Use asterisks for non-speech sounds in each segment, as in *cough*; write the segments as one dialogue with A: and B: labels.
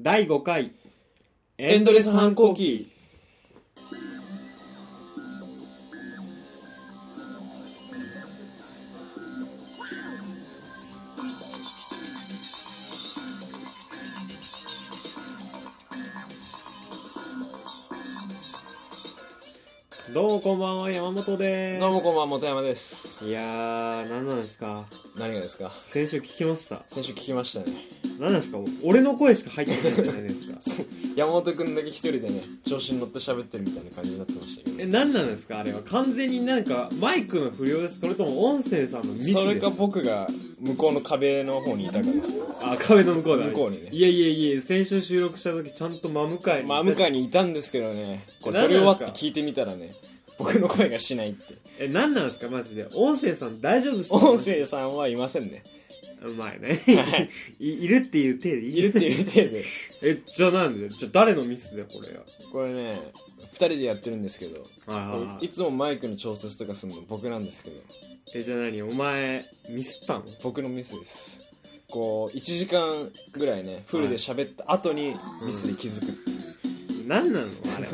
A: 第5回
B: エンドレス反抗期
A: どうもこんばんは山本で
B: どうもこんばんは本山です
A: すいやー何なんですか
B: 何がですか
A: 先週聞きました
B: 先週聞きましたね *laughs*
A: 何なんですか俺の声しか入ってこないじゃないですか
B: 山本君だけ一人でね調子に乗って喋ってるみたいな感じになってましたけど
A: え何なんですかあれは完全になんかマイクの不良ですそれとも音声さんのミスです
B: それか僕が向こうの壁の方にいたからですよ
A: あ壁の向こうだ
B: 向こうにね
A: いやいやいや先週収録した時ちゃんと真向かいに
B: まあ向かいにいたんですけどねこれ撮
A: 何
B: り
A: なん
B: 終わ
A: です
B: っ
A: か
B: て聞いてみたらね僕の声がしないって
A: え何なんですかマジで音声さん大丈夫ですか
B: 音声さんはいませんね
A: うまいね
B: はい
A: *laughs* いいるっていう体で
B: いるっていう体で
A: *laughs* えじゃあなんでじゃあ誰のミスだよこれは
B: これね2人でやってるんですけど
A: あ
B: いつもマイクの調節とかするの僕なんですけど
A: えじゃあ何お前ミスったの
B: 僕のミスですこう1時間ぐらいねフルで喋った後に
A: うん
B: ミスに気づく、
A: 何なのあ
B: *laughs*
A: れ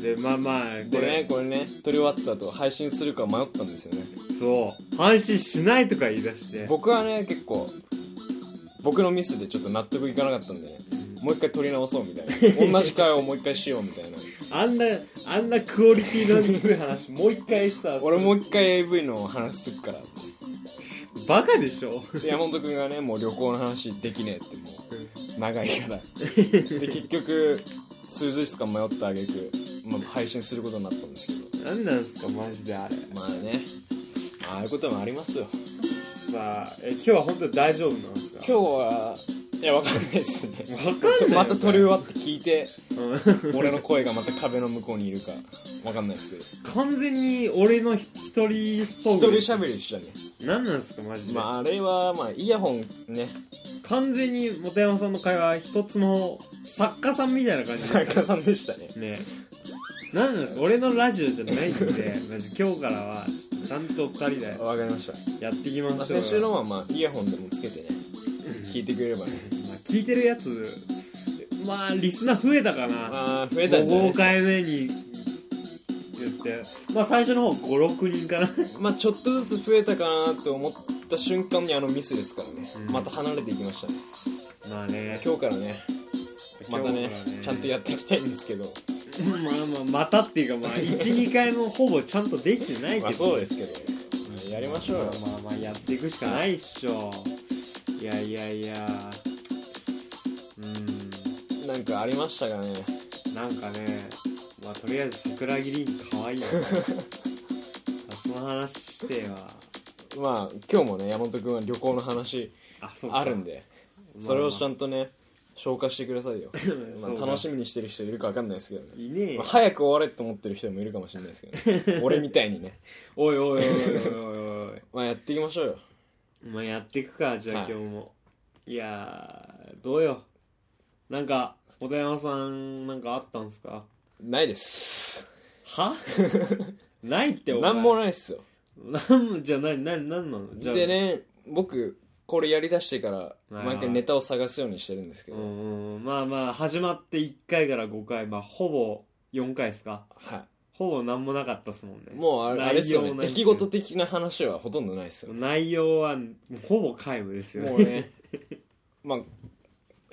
A: でまあまあこ
B: でね
A: れ
B: これね撮り終わった後配信するか迷ったんですよね
A: そう配信しないとか言い出して
B: 僕はね結構僕のミスでちょっと納得いかなかったんでねもう一回撮り直そうみたいな同じ会をもう一回しようみた *laughs* いな
A: あんなあんなクオリティの低い話もう一回さ
B: 俺もう一回 AV の話するからって
A: バカでしょ
B: で山本君がねもう旅行の話できねえってもう長いからで結局数日間迷ったあげく、まあ、配信することになったんですけど
A: 何なんすかマジであれ
B: まあね、まあ、ああいうこともありますよ。
A: さあえ今日は本当に大丈夫なんですか
B: 今日は、いや、わかんないですね。
A: わかんないよ
B: また撮り終わって聞いて、
A: うん
B: 俺の声がまた壁の向こうにいるか、わかんないですけど。
A: 完全に俺の一人トーク
B: 一人喋りでしたね。
A: 何なんすかマジで、
B: まあ、あれは、まあ、イヤホンね、
A: 完全に本山さんの会話一つの作家さんみたいな感じ
B: 作家さんでしたね。
A: ね何なんですか俺のラジオじゃないんでマジ今日からはちゃんと二人で
B: わかりました。
A: やっていきましょう
B: まあ、
A: よ
B: 先週のは、まあ、イヤホンでもつけてね、
A: うん
B: 聞いてくれればね。
A: まあ聞いてるやつまあリスナー増えたかな
B: まあ、増えたんじゃ
A: 5
B: ないですか。
A: 回目に言ってまあ最初の方56人かな
B: まあ、ちょっとずつ増えたかなって思った瞬間にあのミスですからね
A: うん。
B: また離れていき *laughs* ましたね。
A: まあね
B: 今日からね、またね
A: 今日から
B: ちゃんとやっていきたいんですけど、
A: まあまあまたっていうか
B: *laughs*
A: まあ12回もほぼちゃんとできてないけど、
B: まあ、そうですけど、やりましょうよ、
A: まあまあまあやっていくしかないっしょいやいやいやうん
B: なんかありましたがね
A: なんかねまあとりあえず桜木凛可
B: *laughs*
A: 愛いよねその話しては
B: まあ今日もね山本君は旅行の話
A: あそうか
B: あるんで
A: まあ
B: それをちゃんとね消化してくださいよ、まあ、
A: *laughs* そうか
B: 楽しみにしてる人いるか分かんないですけどね、
A: いねえよ
B: まあ早く終われって思ってる人もいるかもしれないですけど
A: *laughs*
B: ね俺みたいにね
A: おいおいおいおいおいおい
B: まあやっていきましょうよ
A: まあやっていくかじゃあ
B: は
A: 今
B: い
A: 日も、い、やーどうよなんか小田山さんなんかあったんすか
B: ないです *laughs*
A: はないってお前
B: 何も
A: い
B: ないっすよ
A: なんもじゃあ何何何なのじゃあ
B: でね僕これやりだしてから毎回ネタを探すようにしてるんですけ
A: う
B: ど、
A: んうんまあまあ始まって1回から5回まあほぼ4回ですか
B: はい
A: ほぼ何もなかったっすもんね
B: もうあれ
A: 内容
B: あれですよ
A: な
B: ね
A: い
B: 出来事的な話はほとんどないですよ
A: 内容はほぼ皆無ですよね
B: もうねまあ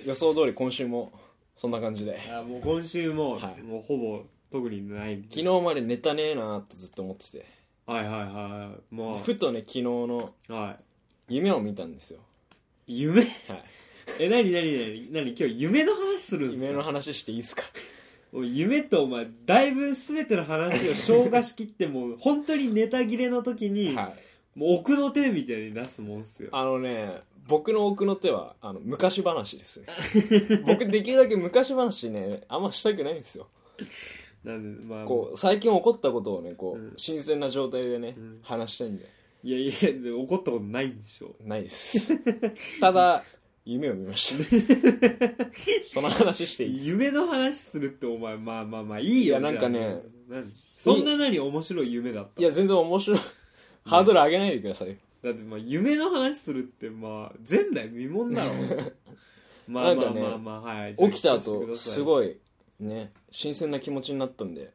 B: 予想通り今週もそんな感じで
A: あもう今週も、
B: はい
A: もうほぼ特にない
B: 昨日までネタねえなーってずっと思ってて
A: はいはいはいも
B: ふとね昨日の
A: うは
B: 夢を見たんですよ、
A: い夢 *laughs*
B: はい、
A: え何何何何今日夢の話するんすか
B: 夢の話していいっ
A: *laughs*
B: すか
A: おい夢とお前だいぶ全ての話を消化しきってもう本当にネタ切れの時に、
B: はい
A: もう奥の手みたいに出すもんっすよ
B: あのね僕の奥の手はあの昔話ですね
A: *laughs*
B: 僕できるだけ昔話ねあんましたくないんですよ
A: なんでまあ
B: こう最近起こったことをねこ
A: うん
B: う新鮮な状態でね、
A: うん
B: 話したいんで
A: いやいやで怒ったことないんでしょ
B: ないです
A: *laughs*
B: ただ夢を見ましたその話していい
A: 夢の話するってお前まあまあまあいいよ
B: いやなんかね
A: じゃあ何そんな何面白い夢だった
B: いや全然面白い *laughs* ハードル上げないでください、 *laughs*
A: だってまあ夢の話するってまあ前代未聞だろまあま
B: なんか
A: あ
B: ね
A: まあまあ、はい。
B: 起きた
A: じゃあ
B: 後す
A: い。
B: ごいね新鮮な気持ちになった
A: *laughs*
B: んで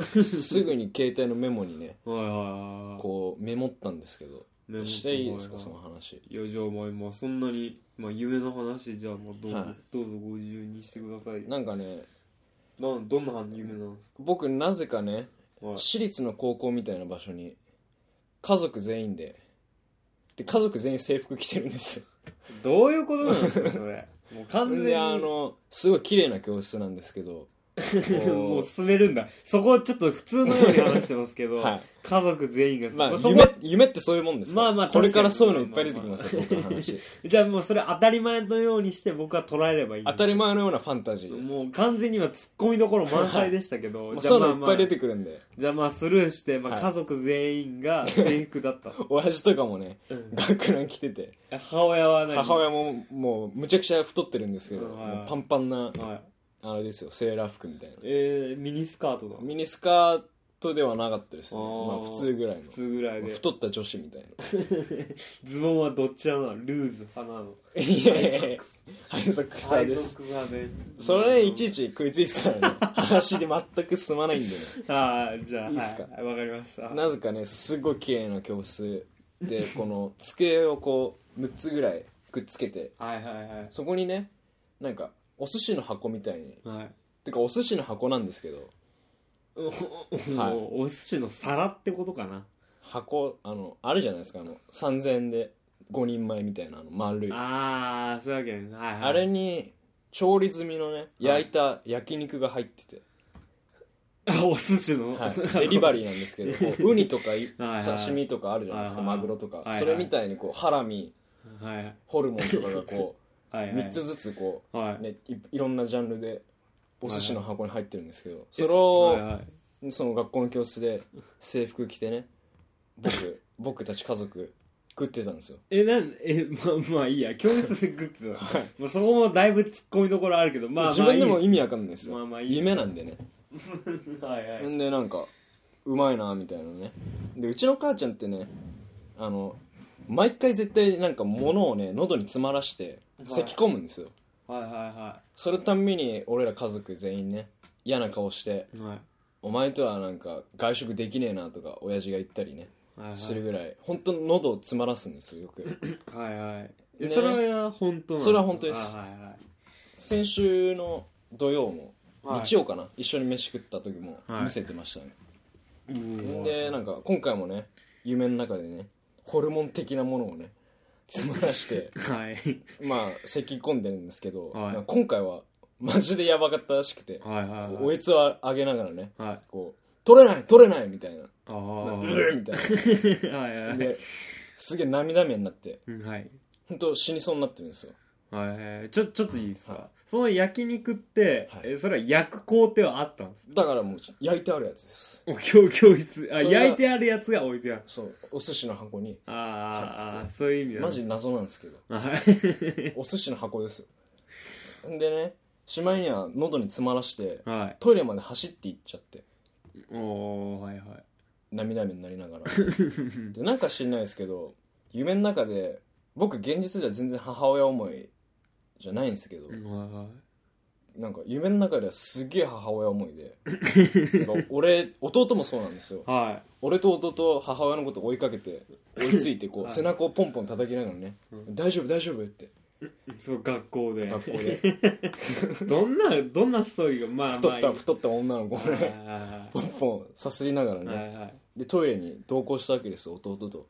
B: すぐに携帯のメモにね
A: はいはいはい。
B: こうメモったんですけど
A: メモ
B: していいですか
A: は
B: そ
A: は
B: の話
A: いやじゃあまあ今そんなに、まあ、夢の話じゃあまあどう,、
B: はい
A: どうぞご自由にしてくださいな
B: なんかね
A: どんな夢なんです
B: 僕なぜかね
A: か、はい、
B: 私立の高校みたいな場所に家族全員でで家族全員制服着てるんです
A: どういうことなんですかそ
B: *laughs*
A: れもう完全に *laughs*
B: であのすごい綺麗な教室なんですけど
A: もう
B: こ
A: 進めるんだそこちょっと普通のように話してますけ
B: う
A: ど、
B: はい
A: 家族全員が、
B: まあ
A: そこ
B: 夢夢ってそういうもんですから
A: まあまあ
B: これから
A: 確か
B: そう
A: に
B: いうのいっぱい出てきますよ
A: まあまあ
B: 僕の話
A: じゃあもうそれ当たり前のようにして僕は捉えればいい
B: 当たり前のようなファンタジー
A: もう完全に今ツッコミどころ満載でしたけど、
B: まあ
A: じゃ
B: そ
A: あまあ
B: ういうのい
A: ま
B: っぱ
A: あ
B: い出てくるんで
A: じゃあまあスルーして、まあ、
B: はい
A: 家族全員
B: *laughs*
A: が制服だった、
B: 親父とかもね
A: うん
B: 学ラン着てて
A: 母親は何
B: 母親ももうむちゃくちゃ太ってるんですけど
A: うん
B: もうパンパン
A: は
B: な
A: い
B: あれですよセーラー服みたいな
A: えー、ミニスカートだ
B: ミニスカートではなかったですね
A: あー
B: まあ普通ぐらいの
A: 普通ぐらい
B: まあ
A: で
B: 太った女子みた
A: *laughs*
B: いな
A: ズボンはどっち派なのルーズ派なの
B: いやいやいやハイソック
A: ハ
B: スで
A: イ
B: す
A: ソックス派ね
B: それねいちいち食いついてたらね話で全く進まないんでね
A: ああじゃあ
B: いいっすか
A: はいわかりました
B: なぜかねすごい綺麗な教室でこの机をこう6つぐらいくっつけて
A: はいはいはい
B: そこにねなんかお寿司の箱みたいに *laughs*
A: はい
B: てかお寿司の箱なんですけど
A: もうお寿司の皿ってことかな
B: 箱あのあるじゃないですかあの3000円で5人前みたいなあの丸い
A: あ
B: あ
A: あそういうわけねはいはい
B: れに調理済みのね焼いた焼肉が入ってて、
A: あ *laughs* お寿司の、 *laughs*
B: はい、デリバ
A: リー
B: リーなんですけ
A: *laughs*
B: どこうウニとかい
A: はいはい
B: 刺身とかあるじゃないですか
A: はいはい
B: マグロとか、
A: はいはい
B: それみたいにこうハラミ
A: はいはい
B: ホルモンとかがこ
A: *laughs* は
B: う
A: いはい
B: 3つずつこう
A: はい
B: ね、いいろんなジャンルでお寿司の箱に入ってるんですけど、それ
A: はい
B: を
A: はい
B: その学校の教室で制服着てね僕 *laughs* 僕たち家族食ってたんですよ
A: えなんえまあまあいいや教室でグッズだ、まあ、そこもだいぶ突っ込みどころあるけどまあまあ
B: 自分でも
A: いい
B: 意味わかんないですよ、
A: まあまあいいっす
B: 夢なんでね
A: っすはいはい
B: んでなんかうまいなみたいなねでうちの母ちゃんってねあの毎回絶対なんか物をね喉に詰まらして
A: はい
B: 咳き込むんですよ、
A: はいは
B: それたんびに俺ら家族全員ね嫌な顔して
A: いはいはい
B: お前とはなんか外食できねえなとか親父が言ったりね
A: はいはい
B: するぐらい本当に喉を詰まらすんですよ
A: *laughs*
B: よく
A: はいはいえ
B: ね
A: それは本当なん
B: それは本当です
A: はいはいはい
B: 先週の土曜も
A: はい
B: 日曜かな、一緒に飯食った時も
A: はい
B: 見せてましたね、
A: うん
B: でなんか今回もね夢の中でねホルモン的なものをね詰まらして
A: *laughs* はい
B: まあ咳き込んでるんですけど、
A: はい
B: なんか今回はマジでやばかったらしくて、
A: はいはい
B: こう
A: は
B: お
A: い
B: えつをあげながらね
A: はい
B: こう取れない取れないみたいな
A: ああ
B: う
A: は
B: んみたい
A: いは
B: ない
A: はい
B: ですげえ涙目になって
A: うんはい
B: 本当死にそうになってるんですよ
A: はいちょちょっといいです
B: はい
A: かその焼肉って
B: はい
A: えそれは焼く工程はあったんです
B: だからもう焼いてあるやつです
A: お教教室あ
B: それが
A: 焼いてあるやつが置いてある
B: そうお寿司の箱に
A: あー
B: はい
A: あーそういう意味なん
B: マ
A: です
B: ジ謎なんですけど
A: はい
B: お寿司の箱ですんでねしまいには喉に詰まらして
A: はい
B: トイレまで走って行っちゃって
A: おーはいはい
B: 涙目になりながらでなんか知んないですけど夢の中で僕現実では全然母親思いじゃないんですけど、
A: はいはい
B: なんか夢の中ではすげえ母親思いでなんか俺弟もそうなんですよ
A: は
B: 俺と弟母親のこと追いかけて追いついてこう、
A: はい
B: 背中をポンポン叩きながらね「
A: うん
B: 大丈夫大丈夫」って
A: いそう学校で
B: 学校で
A: *laughs* どんなどんなストーリーがまあ
B: 太
A: まあい
B: っ
A: い
B: た太った女の子を
A: はい
B: ねポンポンさすりながら
A: はいはいは
B: ね
A: いはい
B: でトイレに同行したわけですよ弟と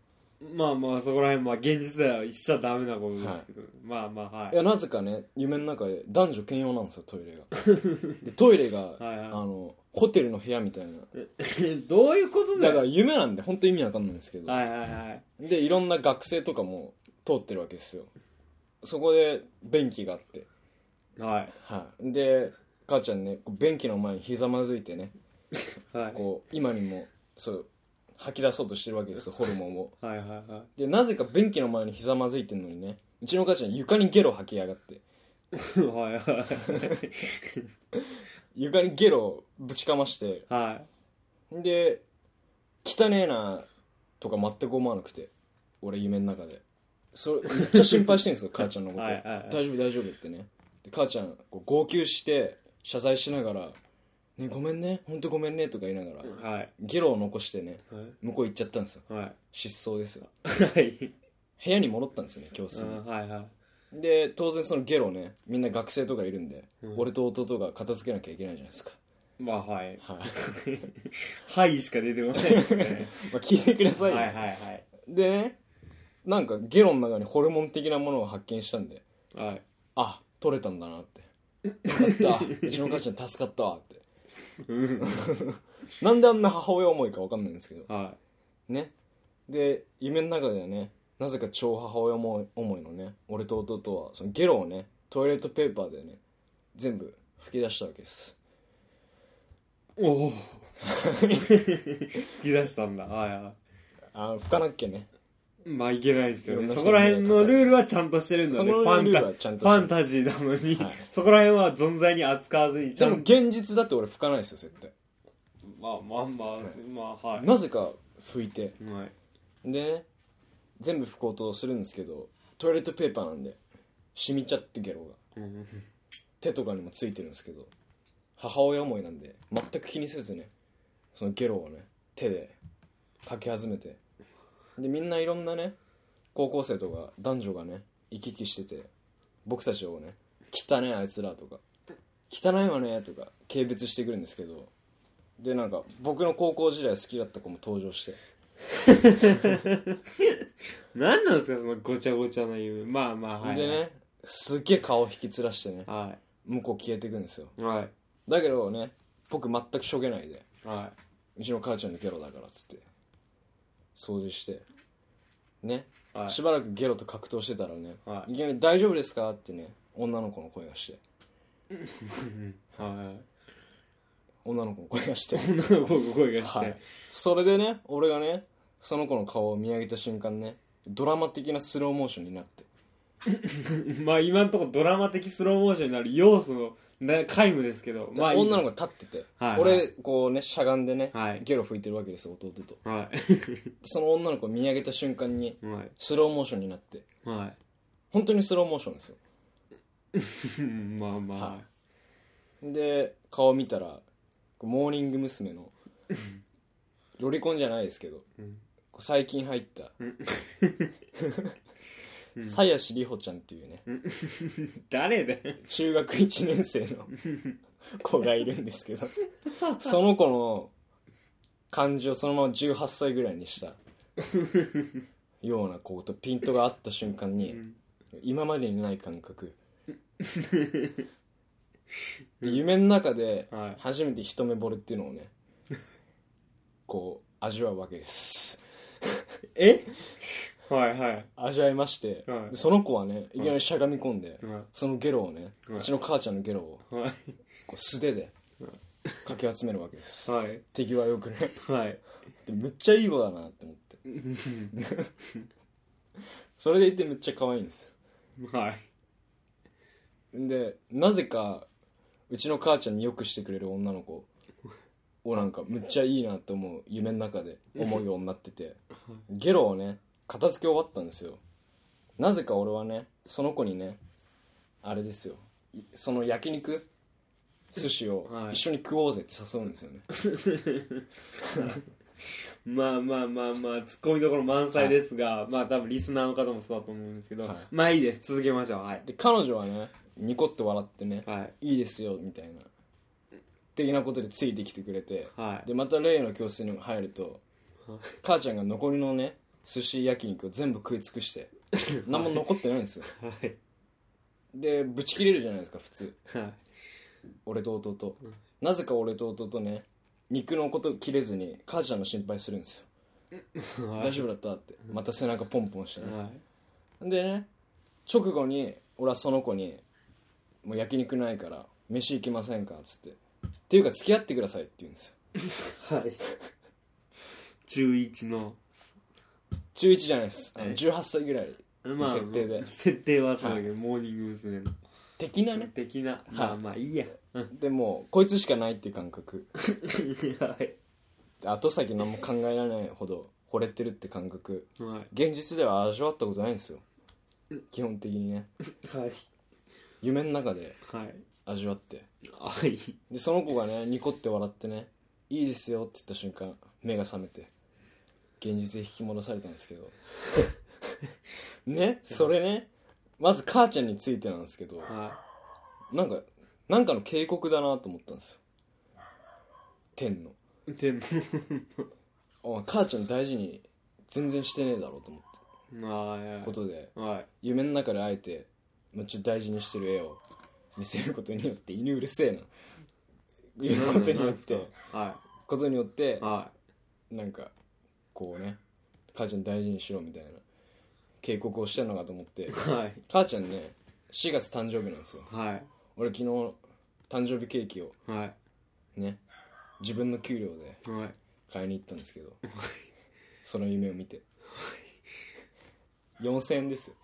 A: まあまあそこら辺まあ現実ではしちゃダメなことですけど、まあまあはい
B: いやなぜかね夢の中で男女兼用なんですよトイレ
A: *laughs*
B: がでトイレが
A: はいはい
B: あのホテルの部屋みたいな
A: *laughs* どういうことだ
B: だか
A: よ
B: ら夢なんで本当意味わかんないんですけど
A: はいはいはい
B: でいろんな学生とかも通ってるわけですよそこで便器があって
A: はい
B: はい、で母ちゃんねこう便器の前にひざまずいてね
A: はい
B: こう今にもそう吐き出そうとしてるわけですよホルモンを
A: はいはいは
B: でなぜか便器の前にひざまずいてんのにねうちの母ちゃん床にゲロ吐きやがって
A: いはいはい
B: 床にゲロをぶちかまして
A: はい
B: で汚ねえなとか全く思わなくて
A: *laughs*
B: 俺夢の中でそれめっちゃ心配してるんですよ母ちゃんのこと
A: はいはいはい
B: 大丈夫大丈夫ってねで母ちゃんこう号泣して謝罪しながら「ねごめんね本当ごめんね」とか言いながら
A: はい
B: ゲロを残してね
A: はい
B: 向こう行っちゃったんですよ
A: はい
B: 失踪ですよ
A: はい
B: 部屋に戻ったんですよね教室
A: う
B: に
A: んはいはい
B: で当然そのゲロねみんな学生とかいるんで、
A: うん
B: 俺と弟が片付けなきゃいけないじゃないですか、
A: まあはい
B: はい
A: はいしか出てこないです *laughs* ね
B: *laughs* まあ聞いてくださ
A: はい
B: いよ、
A: はいはい
B: でねなんかゲロの中にホルモン的なものを発見したんで
A: はい
B: あ取れたんだなってよか
A: *laughs*
B: ったうちの母ちゃん助かったわって
A: うん
B: *laughs* なんであんな母親思いか分かんないんですけど
A: は
B: ねで夢の中ではねなぜか超母親思い思いのね俺と弟はそのゲロをねトイレットペーパーでね全部吹き出したわけです
A: いおお吹き出したんだはいは
B: あ吹かなっけね
A: いまあいけないですよ
B: い
A: ね
B: ろんな
A: そ
B: 人
A: こら辺のルールはちゃんとしてるんだ
B: そ
A: ねフ
B: の
A: ァ
B: ル
A: ン
B: ー
A: タ
B: ルはちゃん
A: フ
B: と
A: ァ
B: し
A: ン
B: て
A: タジーなのに、
B: はい
A: そこら辺は存在に扱わずにち
B: で
A: ゃ
B: も
A: んと
B: 現実だって俺吹かないですよ絶対
A: まあまあまあまあはい
B: なぜか吹いて
A: はい
B: でね全部拭こうとするんですけどトイレットペーパーなんで染みちゃってゲロが
A: うん
B: 手とかにもついてるんですけど母親思いなんで全く気にせずねそのゲロをね手でかき始めてでみんないろんなね高校生とか男女がね行き来してて僕たちをね「汚ねあいつら」とか「汚いわね」とか軽蔑してくるんですけどでなんか僕の高校時代好きだった子も登場して
A: 何なんですかそのごちゃごちゃな夢まあまあはい
B: でねすっげえ顔引きつらしてね
A: は
B: 向こう消えていくんですよ
A: いは
B: だけどね僕全くしょげないで
A: いは
B: うちの母ちゃんのゲロだからっつって掃除してね、
A: いはい
B: しばらくゲロと格闘してたらね、
A: はい
B: いきなり「大丈夫ですか?」ってね女の子の声がして
A: は
B: 女の子の声がし
A: *laughs*
B: て
A: い女の子が声がして、
B: はいそれでね俺がねその子の顔を見上げた瞬間ねドラマ的なスローモーションになって
A: まあ今んとこドラマ的スローモーションになる要素のな皆無ですけど
B: で
A: まあいいです
B: 女の子が立ってて、
A: はいはい
B: 俺こうねしゃがんでね、
A: はい
B: ゲロ拭いてるわけですよ弟と
A: は
B: その女の子を見上げた瞬間に
A: いはい
B: スローモーションになって
A: は
B: 本当にスローモーションですよ
A: いまあまあ、
B: はで顔見たらモーニング娘。のロリコンじゃないですけど
A: うん
B: 最近入った *laughs*
A: うんうん
B: 鞘師里帆ちゃんっていうね
A: 誰だよ
B: 中学1年
A: *laughs*
B: 生の子がいるんですけどその子の感じをそのまま18歳ぐらいにしたような子とピントが合った瞬間に今までにない感覚で夢の中で
A: はい
B: 初めて一目惚れっていうのをねこう味わうわけです
A: えはいはい
B: 味わいまして、
A: はい
B: その子はねいきなりしゃがみ込んで、
A: は
B: そのゲロをね、
A: はいう
B: ちの母ちゃんのゲロを
A: いは
B: こう素手でかき集めるわけです、
A: いはい
B: 手際よくね
A: はい
B: でむっちゃいい子だなって思ってそれでいてめっちゃ可愛いんです
A: はい
B: よでなぜかうちの母ちゃんによくしてくれる女の子をなんかむっちゃいいなって思う夢の中で思うようになっててゲロをね片付け終わったんですよなぜか俺はねその子にねあれですよいその焼肉寿司を
A: はい
B: 一緒に食おうぜって誘うんですよね、
A: まあまあまあまあツッコミどころ満載ですが、まあ多分リスナーの方もそうだと思うんですけど、
B: はい
A: まあいいです続けましょうはい
B: で彼女はねニコッと笑ってね、
A: はい
B: いいですよみたいな的なことでついてきてくれて、
A: はい
B: でまた例の教室にも入ると母ちゃんが残りのね寿司焼肉を全部食い尽くして
A: *laughs*
B: 何も残ってないんですよ
A: はい
B: でブチ切れるじゃないですか普通
A: はい
B: 俺と弟なぜか俺と弟ね肉のこと切れずに母ちゃんの心配するんですよ大丈夫だったってまた背中ポンポンしてね
A: は
B: でね直後に俺はその子に「もう焼肉ないから飯行きませんか」っつって「っていうか付き合ってください」って言うんですよ
A: いはい中1の
B: 中1じゃないですあの
A: え
B: 18歳ぐらい
A: まあ
B: 設定で
A: 設定はそうだけど、モーニング娘。の
B: 的なね
A: 的な、まあまあいいやうん
B: でもこいつしかないっていう感覚
A: はい
B: 後先何も考えられないほど惚れてるって感覚
A: はい
B: 現実では味わったことないんですよ基本的にね
A: はい
B: 夢の中で
A: はい
B: 味わって
A: あいい
B: でその子がねニコって笑ってね「いいですよ」って言った瞬間目が覚めて現実へ引き戻されたんですけど *laughs* ねそれねまず母ちゃんについてなんですけど
A: は
B: なんかなんかの警告だなと思ったんですよ天の
A: いでも
B: お前母ちゃん大事に全然してねえだろうと思って
A: あ
B: ことで
A: あはい
B: 夢の中であえてめっちゃ大事にしてる絵を *laughs* 見せることによって犬うるせえな言うことによって
A: は
B: ことによって
A: いは
B: なんかこうね母ちゃん大事にしろみたいな警告をしてんのかと思って
A: いはい
B: 母ちゃんね4月誕生日なんですよ
A: はい
B: 俺昨日誕生日ケーキを
A: はい
B: ね自分の給料で
A: はい
B: 買いに行ったんですけどその夢を見て4000円ですよ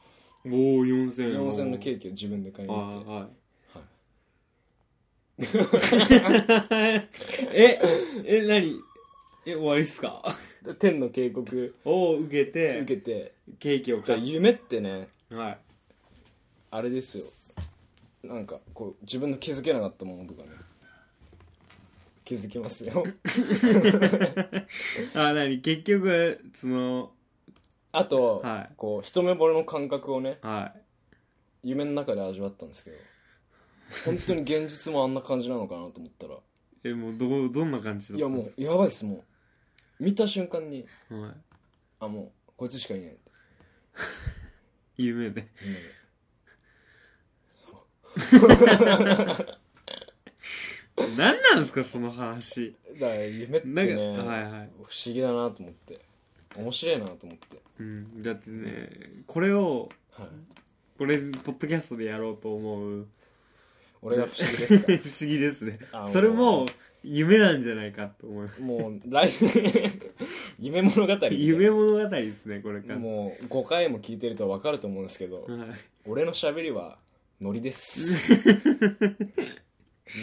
A: おお4000
B: 4000円のケ
A: ー
B: ーキを自分で買い
A: キ
B: に行って
A: はい
B: はい
A: ええ何え終わりっすか
B: で天の警告
A: を受けて
B: 受けて
A: ケーキを
B: だから
A: 買っ
B: 夢ってね
A: てはい
B: あれですよなんかこう自分の気づけなかったものとかね気づきますよ
A: あ何結局その
B: あと、
A: はい
B: こう一目惚れの感覚をね
A: はい
B: 夢の中で味わったんですけど本当に現実もあんな感じなのかなと思ったら
A: *laughs* えもうどうどんな感じだ
B: いやもうやばいっすもう見た瞬間に
A: う、はい、
B: あもうこいつしかいないって
A: 夢で
B: 夢で
A: 何なんですかその話
B: だから夢って
A: なんか、
B: ね、
A: はいはい
B: 不思議だなと思って面白いなと思って
A: うんだってねこれを
B: はい
A: これポッドキャストでやろうと思
B: *laughs*
A: う
B: 俺が不思議です
A: 不
B: か
A: 思議ですね
B: あのー
A: それも夢なんじゃないかと思う
B: もう来年夢物語みたいな
A: 夢物語ですねこれから
B: もう5回も聞いてると分かると思うんですけど、
A: はい
B: 俺の喋りはノリです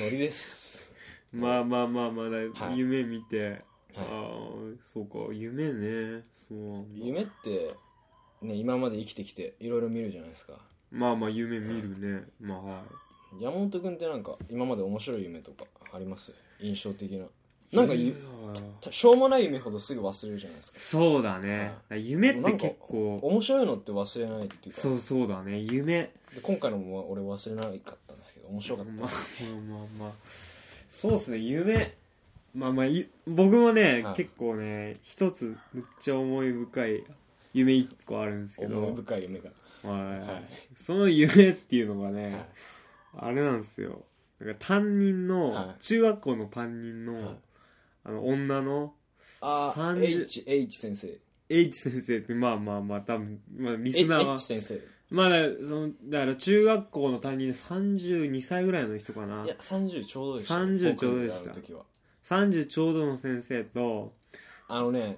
B: ノリです
A: まあまあまあまあだ、
B: はい
A: 夢見て、あ
B: は
A: あそうか夢ねそうなんだ
B: 夢ってね今まで生きてきていろいろ見るじゃないですか
A: まあまあ夢見るねまあはい
B: 山本君ってなんか今まで面白い夢とかあります印象的ななんかゆ
A: 夢は
B: しょうもない夢ほどすぐ忘れるじゃないですか
A: そうだね、夢って結構
B: 面白いのって忘れないっていうか
A: そうそうだね夢
B: で今回のも俺忘れなかったんですけど面白かった、
A: まあまあまあまあそうですね夢まあまあゆ僕もね、
B: はい
A: 結構ね一つめっちゃ思い深い夢一個あるんですけど
B: 思い深い夢が、
A: はい
B: はい
A: その夢っていうのがね、
B: はい
A: あれなんですよなんか担任の、
B: はい
A: 中学校の担任の,、
B: はい
A: あの女の
B: ああ
A: 30
B: H, H 先生
A: H 先生ってまあまあまあ多分、まあ、リス
B: H
A: ナーは
B: 先生い
A: まあだからそのだから中学校の担任で32歳ぐらいの人かな
B: や30ちょうどでした
A: 30ちょうどでした
B: 僕があの時は
A: 30ちょうどの先生と
B: あのね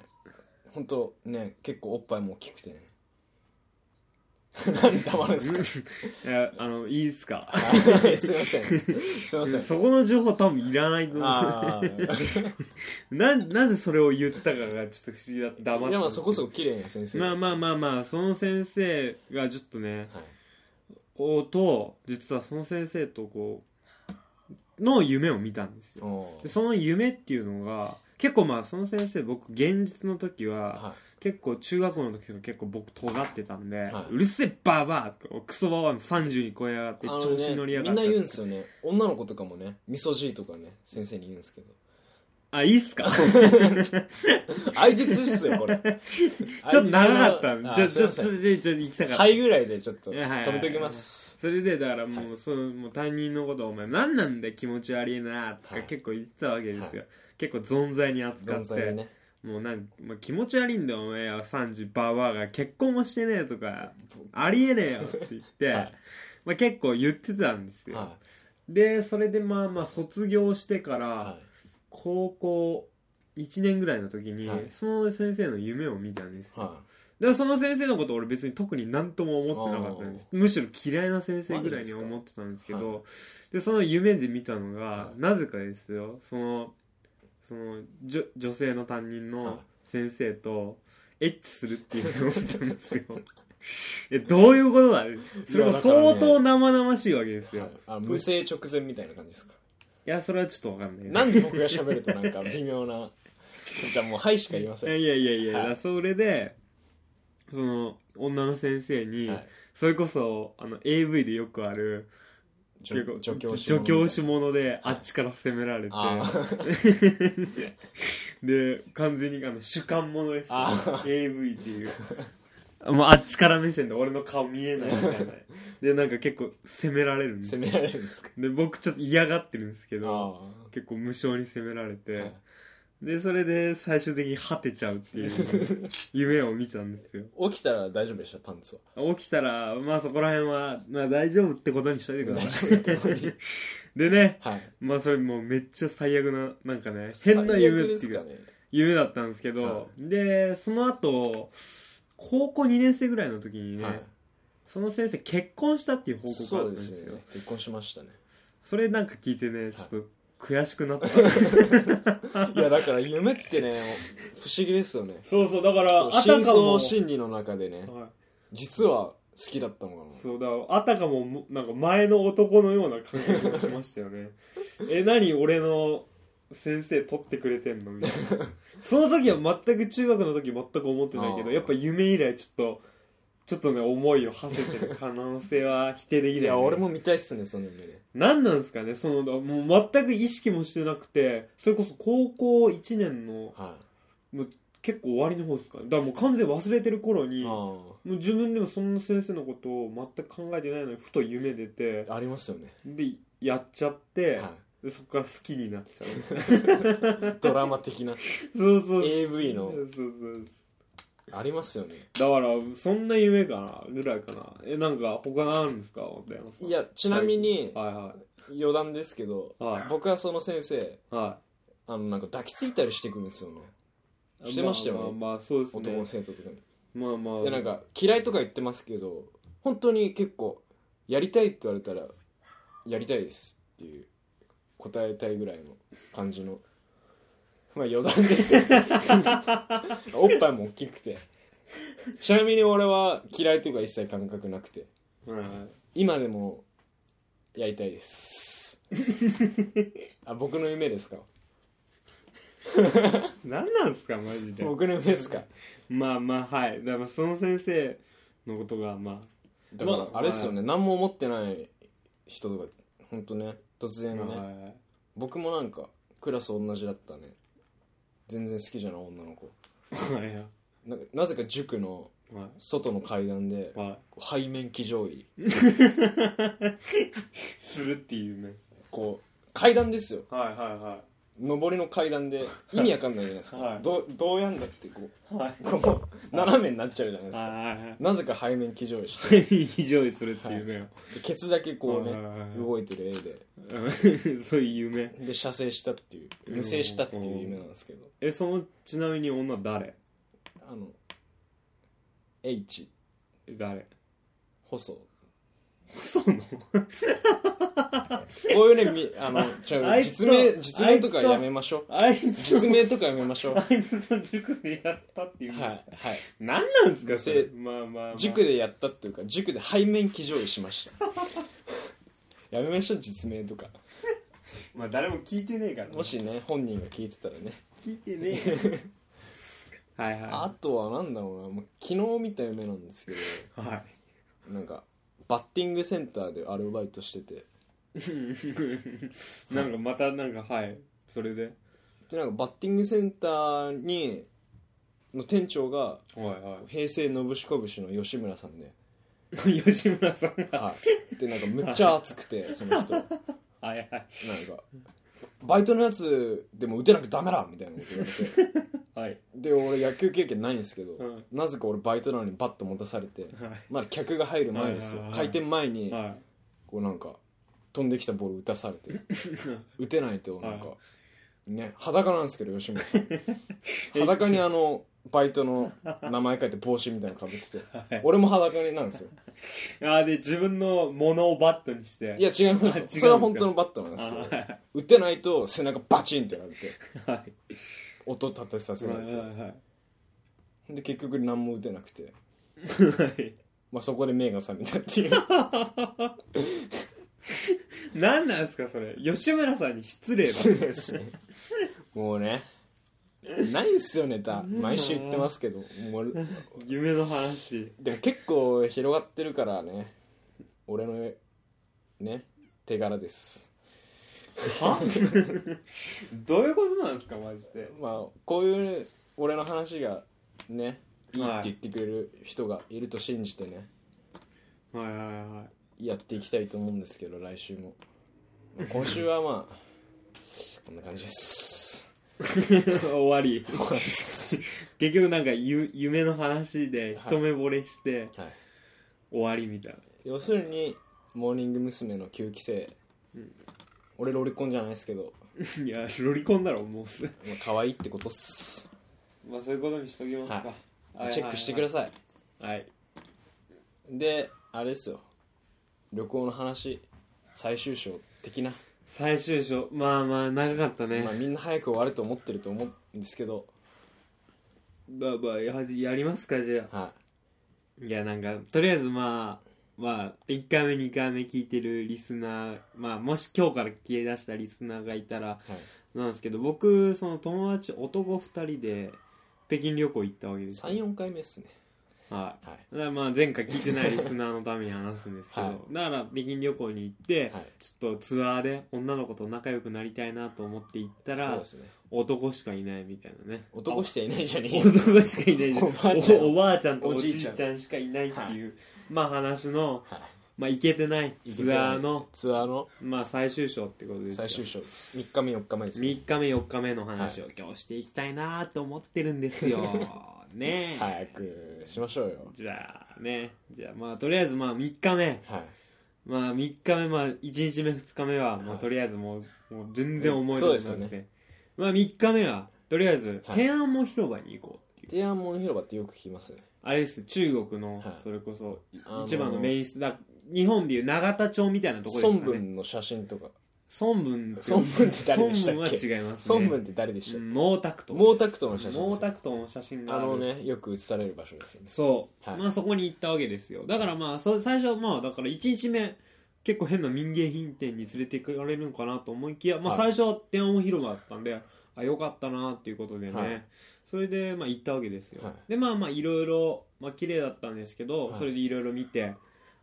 B: 本当ね結構おっぱいも大きくてね *laughs* 何黙るんで
A: *laughs*
B: すか
A: いやあのいいっすか
B: すいませんすいません
A: そこの情報多分いらないと思
B: あ
A: う *laughs* ななぜそれを言ったかがちょっと不思議だった
B: あ
A: 黙っ
B: い
A: て
B: やまあそこそこ綺麗な先生
A: まあ
B: は
A: まあまあまあその先生がちょっとね
B: い
A: おと実はその先生とこうの夢を見たんですよ
B: お
A: で
B: ー
A: その夢っていうのが結構まあその先生僕現実の時は
B: は
A: 結構中学校の時とか結構僕尖ってたんで、
B: はいう
A: るせえバーバーとかクソババアの30に超えやがっ
B: い
A: て調子に乗りやが
B: あ
A: って
B: のねみんな言うんですよね女の子とかもねみそじいとかね先生に言うんですけど
A: あいいっすか
B: 相手通っすよこれ
A: *laughs* ちょっと長かったんで
B: あ
A: ちょ
B: ー
A: ち
B: すい
A: ょ
B: ま
A: ち
B: せ
A: ょ
B: ん
A: ちょちょ行きたかった、
B: はいぐらいでちょっと
A: いやはいはい
B: 止めときます
A: それでだからもう,、そのもう担任のことを「お前何なんだよ気持ち悪いな」と
B: は
A: か
B: い
A: 結構言ってたわけですよ、結構存在に扱
B: 存
A: って、
B: 在にね
A: もうなん、まあ、気持ち悪いんだよお前は30バーバーが結婚もしてねえとかありえねえよって言って、
B: はい
A: まあ、結構言ってたんですよ、
B: は
A: でそれでまあまあ卒業してから、
B: いはい
A: 高校1年ぐらいの時に、
B: はい
A: その先生の夢を見たんですよ、
B: は
A: でその先生のこと俺別に特に何とも思ってなかったんですむしろ嫌いな先生ぐらいに思ってたんですけど
B: マ
A: でその夢で見たのが、
B: はい
A: なぜかですよそのそのじょ女性の担任
B: はい
A: の先生とエッチするっていうのを見たんですよ *laughs* えどういうことだそれも
B: いやだからね
A: 相当生々しいわけですよ、
B: はい
A: い、
B: あ無声直前みたいな感じですか
A: やそれはちょっとわかんない
B: なんで僕が喋るとなんか微妙な *laughs* じゃあもう「はい」しか言いません、
A: いやいやいやいや、
B: はい
A: それでその女の先生に、
B: はい、
A: それこそあの AV でよくある
B: 助
A: 結構
B: 助教師
A: 助教師者であっちから攻められて、
B: ああ
A: *laughs* で完全にあの主観者ですよ
B: あ
A: AV っていう
B: *laughs*
A: もうあっちから目線で俺の顔見えないみたいなでなんか結構責められるんです
B: *laughs* 責められるんですか
A: で僕ちょっと嫌がってるんですけど
B: あ
A: 結構無性に責められ
B: あ
A: て、でそれで最終的に果てちゃうって
B: *laughs*
A: いう夢を見ちゃうんですよ
B: 起きたら大丈夫でしたパン
A: *laughs*
B: ツは
A: 起きたらまあそこら辺は、まあ、大丈夫ってことにしといてくだ
B: 大
A: さ
B: 丈
A: い
B: 夫だったのに
A: でね
B: はい
A: まあそれもうめっちゃ最悪ななんかね変な夢
B: 最悪で
A: ってい
B: す
A: う
B: か
A: か
B: ね
A: 夢だったんですけど、でその後高校2年生ぐらいの時にね、
B: はい
A: その先生結婚したっていう報告が
B: そ
A: あ
B: う
A: っ
B: で
A: たんです
B: す
A: よそ
B: ね結婚しましたね
A: れなんか聞いてねちょっと悔しくなった、
B: いやだから夢ってね不思議ですよね
A: *laughs* そうそうだからあた
B: 真
A: か
B: 相
A: も
B: 心理の中でね
A: はい
B: 実は好きだったのかな
A: そうだからあたかももなんか前の男のような感覚がしましたよね *laughs* え何俺の先生取ってくれてんのみたいなその時は全く中学の時全く思ってないけど
B: あー
A: やっぱ夢以来ちょっとちょっとね思いを馳せてる可能性は否定できない、
B: い
A: ね、
B: や俺も見たいっすねその夢ね
A: 何なんですかねそのもう全く意識もしてなくてそれこそ高校1年の
B: は
A: 結構終わりの方ですかねだからもう完全に忘れてる頃
B: い
A: にも
B: あ
A: う自分でもそんな先生のことを全く考えてないのにふと夢出て
B: あありますよね
A: でやっちゃって、
B: は
A: でそこから好きになっち
B: *laughs*
A: ゃう
B: いドラマ的な
A: そうそう
B: AV の
A: そうそう
B: ありますよね
A: だからそんな夢かなぐらいかなえなんか他何あるんですか本山さん
B: いやちなみに
A: はいは
B: 余談ですけど
A: はい
B: 僕はその先生
A: いは
B: あのなんか抱きついたりしてくるんですよね
A: い
B: してましたよね
A: まあまあ、まあそうですね
B: 男の生徒とかに
A: まあまあ
B: でなんか嫌いとか言ってますけど本当に結構やりたいって言われたらやりたいですっていう答えたいぐらいの感じのまあ余談で
A: *laughs*
B: すよおっぱいも大きくてちなみに俺は嫌いとか一切感覚なくて
A: はいはい
B: 今でもやりたいです
A: *laughs*
B: あ僕の夢ですか
A: 何なんですかマジで
B: 僕の夢ですか
A: まあまあはいだからまあその先生のことがま
B: だから
A: まあ
B: あれですよね、何も思ってない人とか本当ね突
A: あ、
B: 然ね、
A: まあはいはい
B: 僕もなんかクラス同じだったね全然好きじゃない女の子
A: はいはい
B: ななぜか塾の
A: は
B: 外の階段で
A: いはい
B: こう背面騎乗位
A: するっていうね
B: こう階段ですよ
A: はいは
B: 上りの階段
A: *laughs*
B: で意味わかんないじゃないですか、
A: はい
B: どうどうやんだってこ
A: いはいはいう
B: こう斜めになっちゃうじゃないですか、
A: はいはい
B: なぜか背面騎乗位して
A: *laughs* 以上にするっていう夢を、
B: でケツだけこうね
A: はいはいはい
B: 動いてる絵で
A: うんそういう夢
B: で射精したっていう無精したっていう夢なんですけど
A: えそのちなみに女誰
B: あの H
A: 誰
B: 細
A: そ
B: こ *laughs*
A: の
B: ういうねみあの違う
A: あいつと
B: 実名実名とかやめましょう
A: あいつ
B: 実名とかやめましょう。は
A: あいつの塾でやったってい
B: い。
A: うん
B: は
A: で
B: い
A: す。何なんですかそれ
B: で
A: まあまあ、まあ、
B: 塾でやったっていうか、塾で背面騎乗位しました。やめましょう、実名とか。
A: まあ誰も聞いてねえから
B: もしね、本人が聞いてたらね。
A: 聞いてねえ *laughs* はい
B: あ
A: は
B: とはなんだろうな、もう昨日見た夢なんですけ
A: い *laughs* は
B: ど、なんか、バッティングセンターでアルバイトしてて、
A: いなんかまたなんかはいそれで
B: で、なんかバッティングセンターに、の店長が、
A: はいは
B: 平成のぶしこぶしの吉村さんで、
A: い *laughs* 吉村さんが
B: はい。で、なんかむっちゃ熱くて、その人。
A: はいはい
B: なんかバイトのやつでも打てなきゃダメだみたいなこと言われて
A: はい
B: で俺野球経験ないんですけど、
A: うん
B: なぜか俺バイトなのにバット持たされて
A: はい
B: まだ客が入る前ですよ
A: はいはいはい
B: 開店前に
A: は
B: こうなんか飛んできたボール打たされ
A: *laughs*
B: て打てないとなんか
A: は
B: ね裸なんですけど吉村さん裸にあのバイトの名前書いて帽子みたいなのかぶってて
A: い
B: 俺も裸になんですよ
A: いあーで自分のものをバットにして
B: いや
A: あ違う
B: 違いま
A: んです
B: す
A: か
B: それは本当のバットなんですけど
A: あー
B: 打てないと背中バチンってなって
A: はい
B: 音立てさせら
A: は
B: れ
A: い
B: て
A: はいはい
B: で結局何も打てなくて
A: はい
B: まあ、そこで目が覚めたっていう
A: 何なんですかそれ吉村さんに失 *laughs* 礼
B: 失礼
A: だ
B: ですね *laughs* もうねないんすよネタ毎週言ってますけどもう
A: 夢の話
B: でも結構広がってるからね俺のね手柄です
A: はどういうことなんですかマジで
B: *laughs* まあこういう俺の話がねいいって
A: はい
B: 言ってくれる人がいると信じてね
A: はいはいはい
B: やっていきたいと思うんですけど来週も、まあ今週はまあこんな感じです
A: *laughs* 終わり結局なんかゆ夢の話で一目惚れして
B: はい
A: 終わりみたいな、
B: 要するにモーニング娘。の9期生、俺ロリコンじゃないですけど、
A: *laughs* い、やロリコンだろもうす
B: まあ、可愛いってことっす
A: まあそういうことにしときます
B: か
A: はい、
B: チェックしてくだ
A: さ
B: さい、
A: いはい
B: であれですよ旅行の話最終章的な、
A: 最終章まあまあ長かったね、
B: まあ、みんな早く終わると思ってると思うんですけど、
A: まあまあやはりやりますかじゃあ
B: はい
A: やなんかとりあえずまあまあ1回目2回目聞いてるリスナーまあもし今日から消え出したリスナーがいたら
B: い、は
A: なんですけど僕その友達男2人で北京旅行行ったわけ
B: い、
A: ですよ
B: 34回目っすね
A: はい
B: はい
A: だからまあ前回聞いてないリスナーのために話すんですけど、
B: はい
A: だから北京旅行に行って、
B: はい
A: ちょっとツアーで女の子と仲良くなりたいなと思って行った
B: そう
A: ら
B: ですね
A: 男しかいないみたいなね
B: 男していないじゃねえよ
A: 男しかいない
B: おばあちゃん
A: おおばあちゃんとお
B: お
A: じ
B: じ
A: い
B: い
A: ち
B: ち
A: ゃ
B: ゃ
A: ん
B: ん
A: しかいないっていう、まあ話の
B: はい
A: まあ行けてないツアーの
B: ツアーの
A: まあ最終章ってことですよ
B: 最終章です3日目4日目です、ね、
A: 3日目4日目の話を今日していきたいなーと思ってるんです
B: *laughs*
A: よねえ
B: 早くしましょうよ
A: じゃあねじゃあまあとりあえずまあ3日目
B: はい
A: まあ3日目まあ1日目2日目はまあ
B: はい
A: とりあえずもうもう全然思い出せ
B: そう
A: な
B: で
A: く
B: す
A: て、
B: よ
A: まあ3日目はとりあえず
B: はい
A: 天安門広場に行こうっていう
B: 天安門広場ってよく聞きますね
A: あれです中国の
B: はい
A: それこそ
B: あのー
A: 一番のメインスだ日本でいう永田町みたいなところです
B: 孫
A: かね
B: 文の写真とか
A: 孫文
B: 孫文って誰でしたっけ
A: 孫文は違いますね
B: 孫文って誰でしたっけ
A: 毛沢東
B: 毛沢東の写真
A: 毛沢東の写真が
B: あ
A: ある
B: のねよく写される場所ですよね
A: そう、
B: はい
A: まあそこに行ったわけですよだからまあそ最初はまあだから1日目結構変な民芸品店に連れて行かれるのかなと思いきや、まあ、
B: は
A: 最初は天安門広場だったんであよかったなっていうことでね、
B: はい
A: それでまあ行ったわけですよ、
B: はい
A: でまあまあいろいろまあ綺麗だったんですけど、
B: はい
A: それでいろいろ見て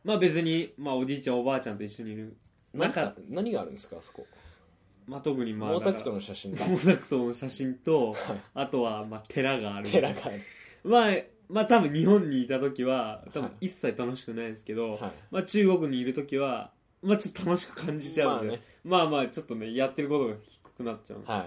A: まあ別に、まあ、おじいちゃんおばあちゃんと一緒にいる
B: な
A: なんん
B: か
A: か、
B: 何があるんですかあそこ
A: まあ、特にまあ
B: 毛
A: だ
B: 沢
A: か
B: 東
A: ら
B: の写真
A: 毛沢東の写真と
B: はい
A: あとはまあ寺がある
B: *laughs* 寺がある
A: まあまあ多分日本にいた時は多
B: は
A: 分
B: い
A: 一切楽しくないですけど、
B: はい
A: まあ中国にいる時はまあちょっと楽しく感じちゃうんで、
B: まあね
A: まあまあちょっとねやってることが低くなっちゃう、
B: は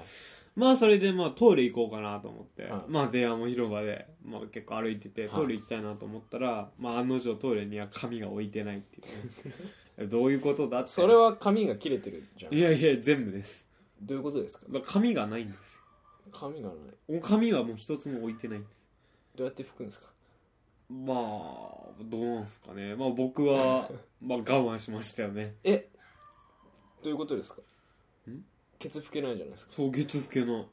A: まあそれでまあトイレ行こうかなと思って、
B: はい
A: まあ電話も広場で、まあ、結構歩いてて
B: い
A: トイレ行きたいなと思ったら、まあ案の定トイレには紙が置いてないっていう *laughs* ねどういうことだっ
B: い
A: て
B: それは紙が切れてるじゃん
A: いやいや全部です
B: どういうことですか
A: だから紙がないんです
B: 紙がない
A: よ紙はもう一つも置いてないんです
B: どうやって拭くんですか
A: まあどうなんですかねまあ僕は *laughs* まあ我慢しましたよね
B: えどういうことですか
A: ん
B: ケツ拭けないじゃないですか
A: そう月付けの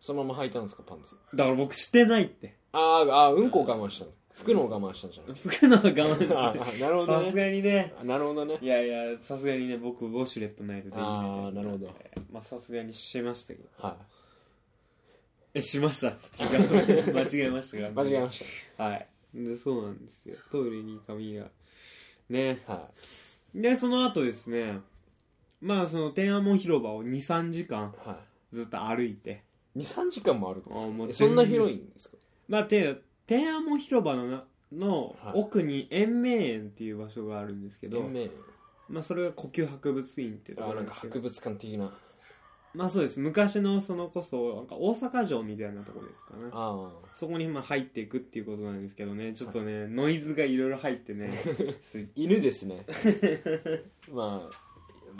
B: そのまま履いたんですかパンツ
A: だから僕してないって
B: あーあーうんこを我慢したの拭くのを我慢したんじゃない
A: 服のは我慢して
B: あーなるほ
A: さ
B: ど
A: す
B: ね
A: がにね
B: なるほどね
A: いやいやさすがにね僕ウォシュレットないとでき
B: あ
A: な
B: あ
A: い
B: なるほど
A: まあさすがにしましたけど
B: は
A: えしましたっつ違う間違えましたから
B: い *laughs* 間違えま
A: し
B: した
A: はいでそうなんですよトイレに紙がね
B: たは
A: でその後ですねまあその天安門広場を23時間
B: いは
A: ずっと歩いて
B: い23時間もあるん
A: あーもう
B: で
A: 全然
B: すかえそんな広いんですか
A: まあ、て天安門広場のなの
B: はい
A: 奥に延命園っていう場所があるんですけど、
B: 延命
A: まあ、それが呼吸博物院っていうと
B: あ
A: こ
B: ー
A: ろ
B: な
A: なんんで
B: か
A: すけ
B: 博
A: ど
B: 物館的な
A: まあそうです昔のそのこそなんか大阪城みたいなところですかね
B: あ
A: そこにまあ入っていくっていうことなんですけどねちょっとね、ノイズがいろいろ入
B: *laughs*
A: ってねす
B: あ犬ですねまあ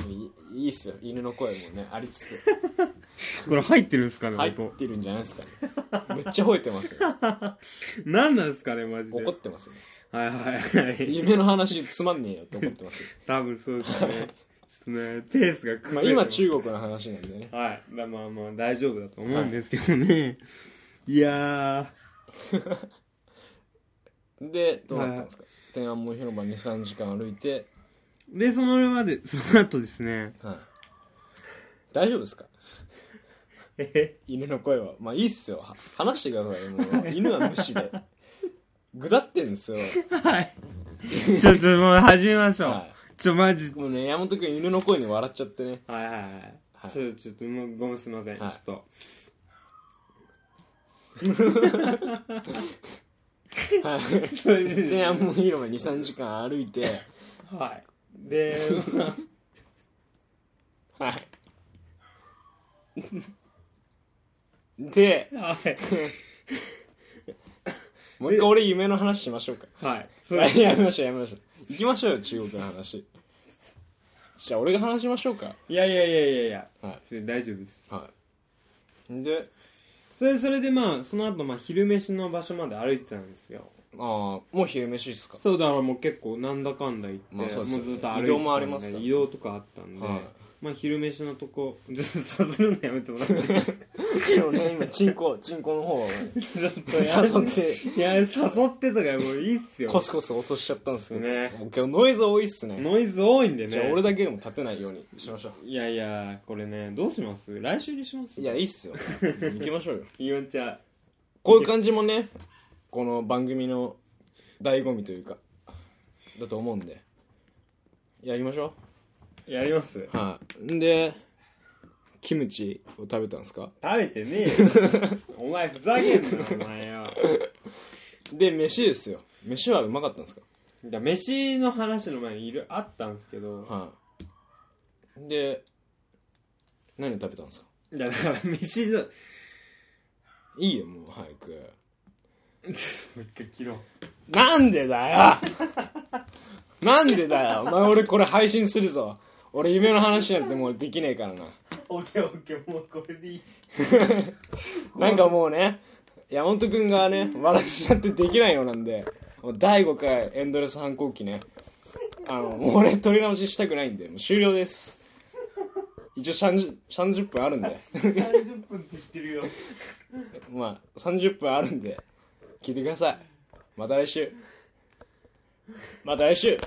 B: もういいいっすよ犬の声もねありつつ
A: これ入ってるんですかね
B: 入っ
A: 音
B: てるんじゃないですかねめっちゃ吠えてますよ
A: *laughs* 何なんですかねマジで
B: 怒ってますよ
A: はいはいはい
B: 夢の話つまんねえよって怒ってます
A: *laughs*
B: よ
A: 多分そうですねちょっとねペースが崩れ
B: まあ
A: て
B: 今
A: ます
B: 中国の話なんでね
A: はい、だまあまあ大丈夫だと思うんですけどね、い、やー
B: でどうなったんですか、天安門広場23時間歩いて、
A: でそのまで *laughs* その後ですね
B: はい、大丈夫ですか
A: え
B: 犬の声はまあいいっすよは話してくださいもう犬は無視でぐだってんですよ、
A: はいちょっともう始めましょう、
B: は
A: ちょマジ
B: い、もうね山本君犬の声に笑っちゃってね
A: はいはいはい、
B: はい
A: ちょっとちょっともうごめんすいません、
B: はい
A: ちょっと
B: はい
A: それで
B: 天安門広場23時間歩いて
A: はいで
B: はいで
A: はい
B: もう一回俺夢の話しましょうか
A: はいそう
B: *laughs* はいやめましょうやめましょう行きましょうよ中国の話じゃあ俺が話しましょうか
A: いやいやいやいやいや
B: は
A: それ大丈夫です
B: いはいで
A: それそれでまあその後まあ昼飯の場所まで歩いてたんですよ
B: ああもう昼飯っすか
A: そうだからもう結構なんだかんだ言って、
B: まあそうです
A: も
B: よ
A: う
B: ね
A: ずっと歩いてたんで
B: 移動もありますから
A: 移動とかあったんで、
B: はい
A: まあ昼飯のとこちょっとさするのやめてもらってい
B: *laughs*
A: いですか
B: 一応ね今チンコチンコの方 *laughs* をね
A: ちょっと
B: 誘っ
A: い
B: て
A: や誘ってとかもういいっすよ
B: コスコス落としちゃったんですけど
A: ね
B: もう今日ノイズ多いっすね
A: ノイズ多いんでね
B: じゃあ俺だけでも立てないようにしましょう
A: いやいやこれねどうします来週にします
B: いやいいっすよ *laughs* 行きましょうよ
A: イオンちゃん
B: こういう感じもねこの番組の醍醐味というかだと思うんでやりましょ
A: やります
B: うはいんでキムチを食べたんですか
A: 食べてね
B: *laughs*
A: えよお前ふざけんなよお前よ
B: で飯ですよ飯はうまかったんですか
A: いや飯の話の前にいろいろあったんですけど
B: はいで何食べたんですか
A: いやだから飯の *laughs* ちょっ
B: いいよもう早
A: と
B: く
A: もう一回切ろう
B: なんでだよ *laughs* なんでだよお前俺これ配信するぞ俺夢の話なんてもうできねえからな
A: オッケーオッケーもうこれでいい
B: なんかもうね山本君がね笑っちゃってできないようなんでもう第5回エンドレス反抗期ねあのもう俺取り直ししたくないんでもう終了です一応 30, 30分あるんで
A: 30分って言ってるよ
B: まあ30分あるんで聞いてくださいまた来週また来週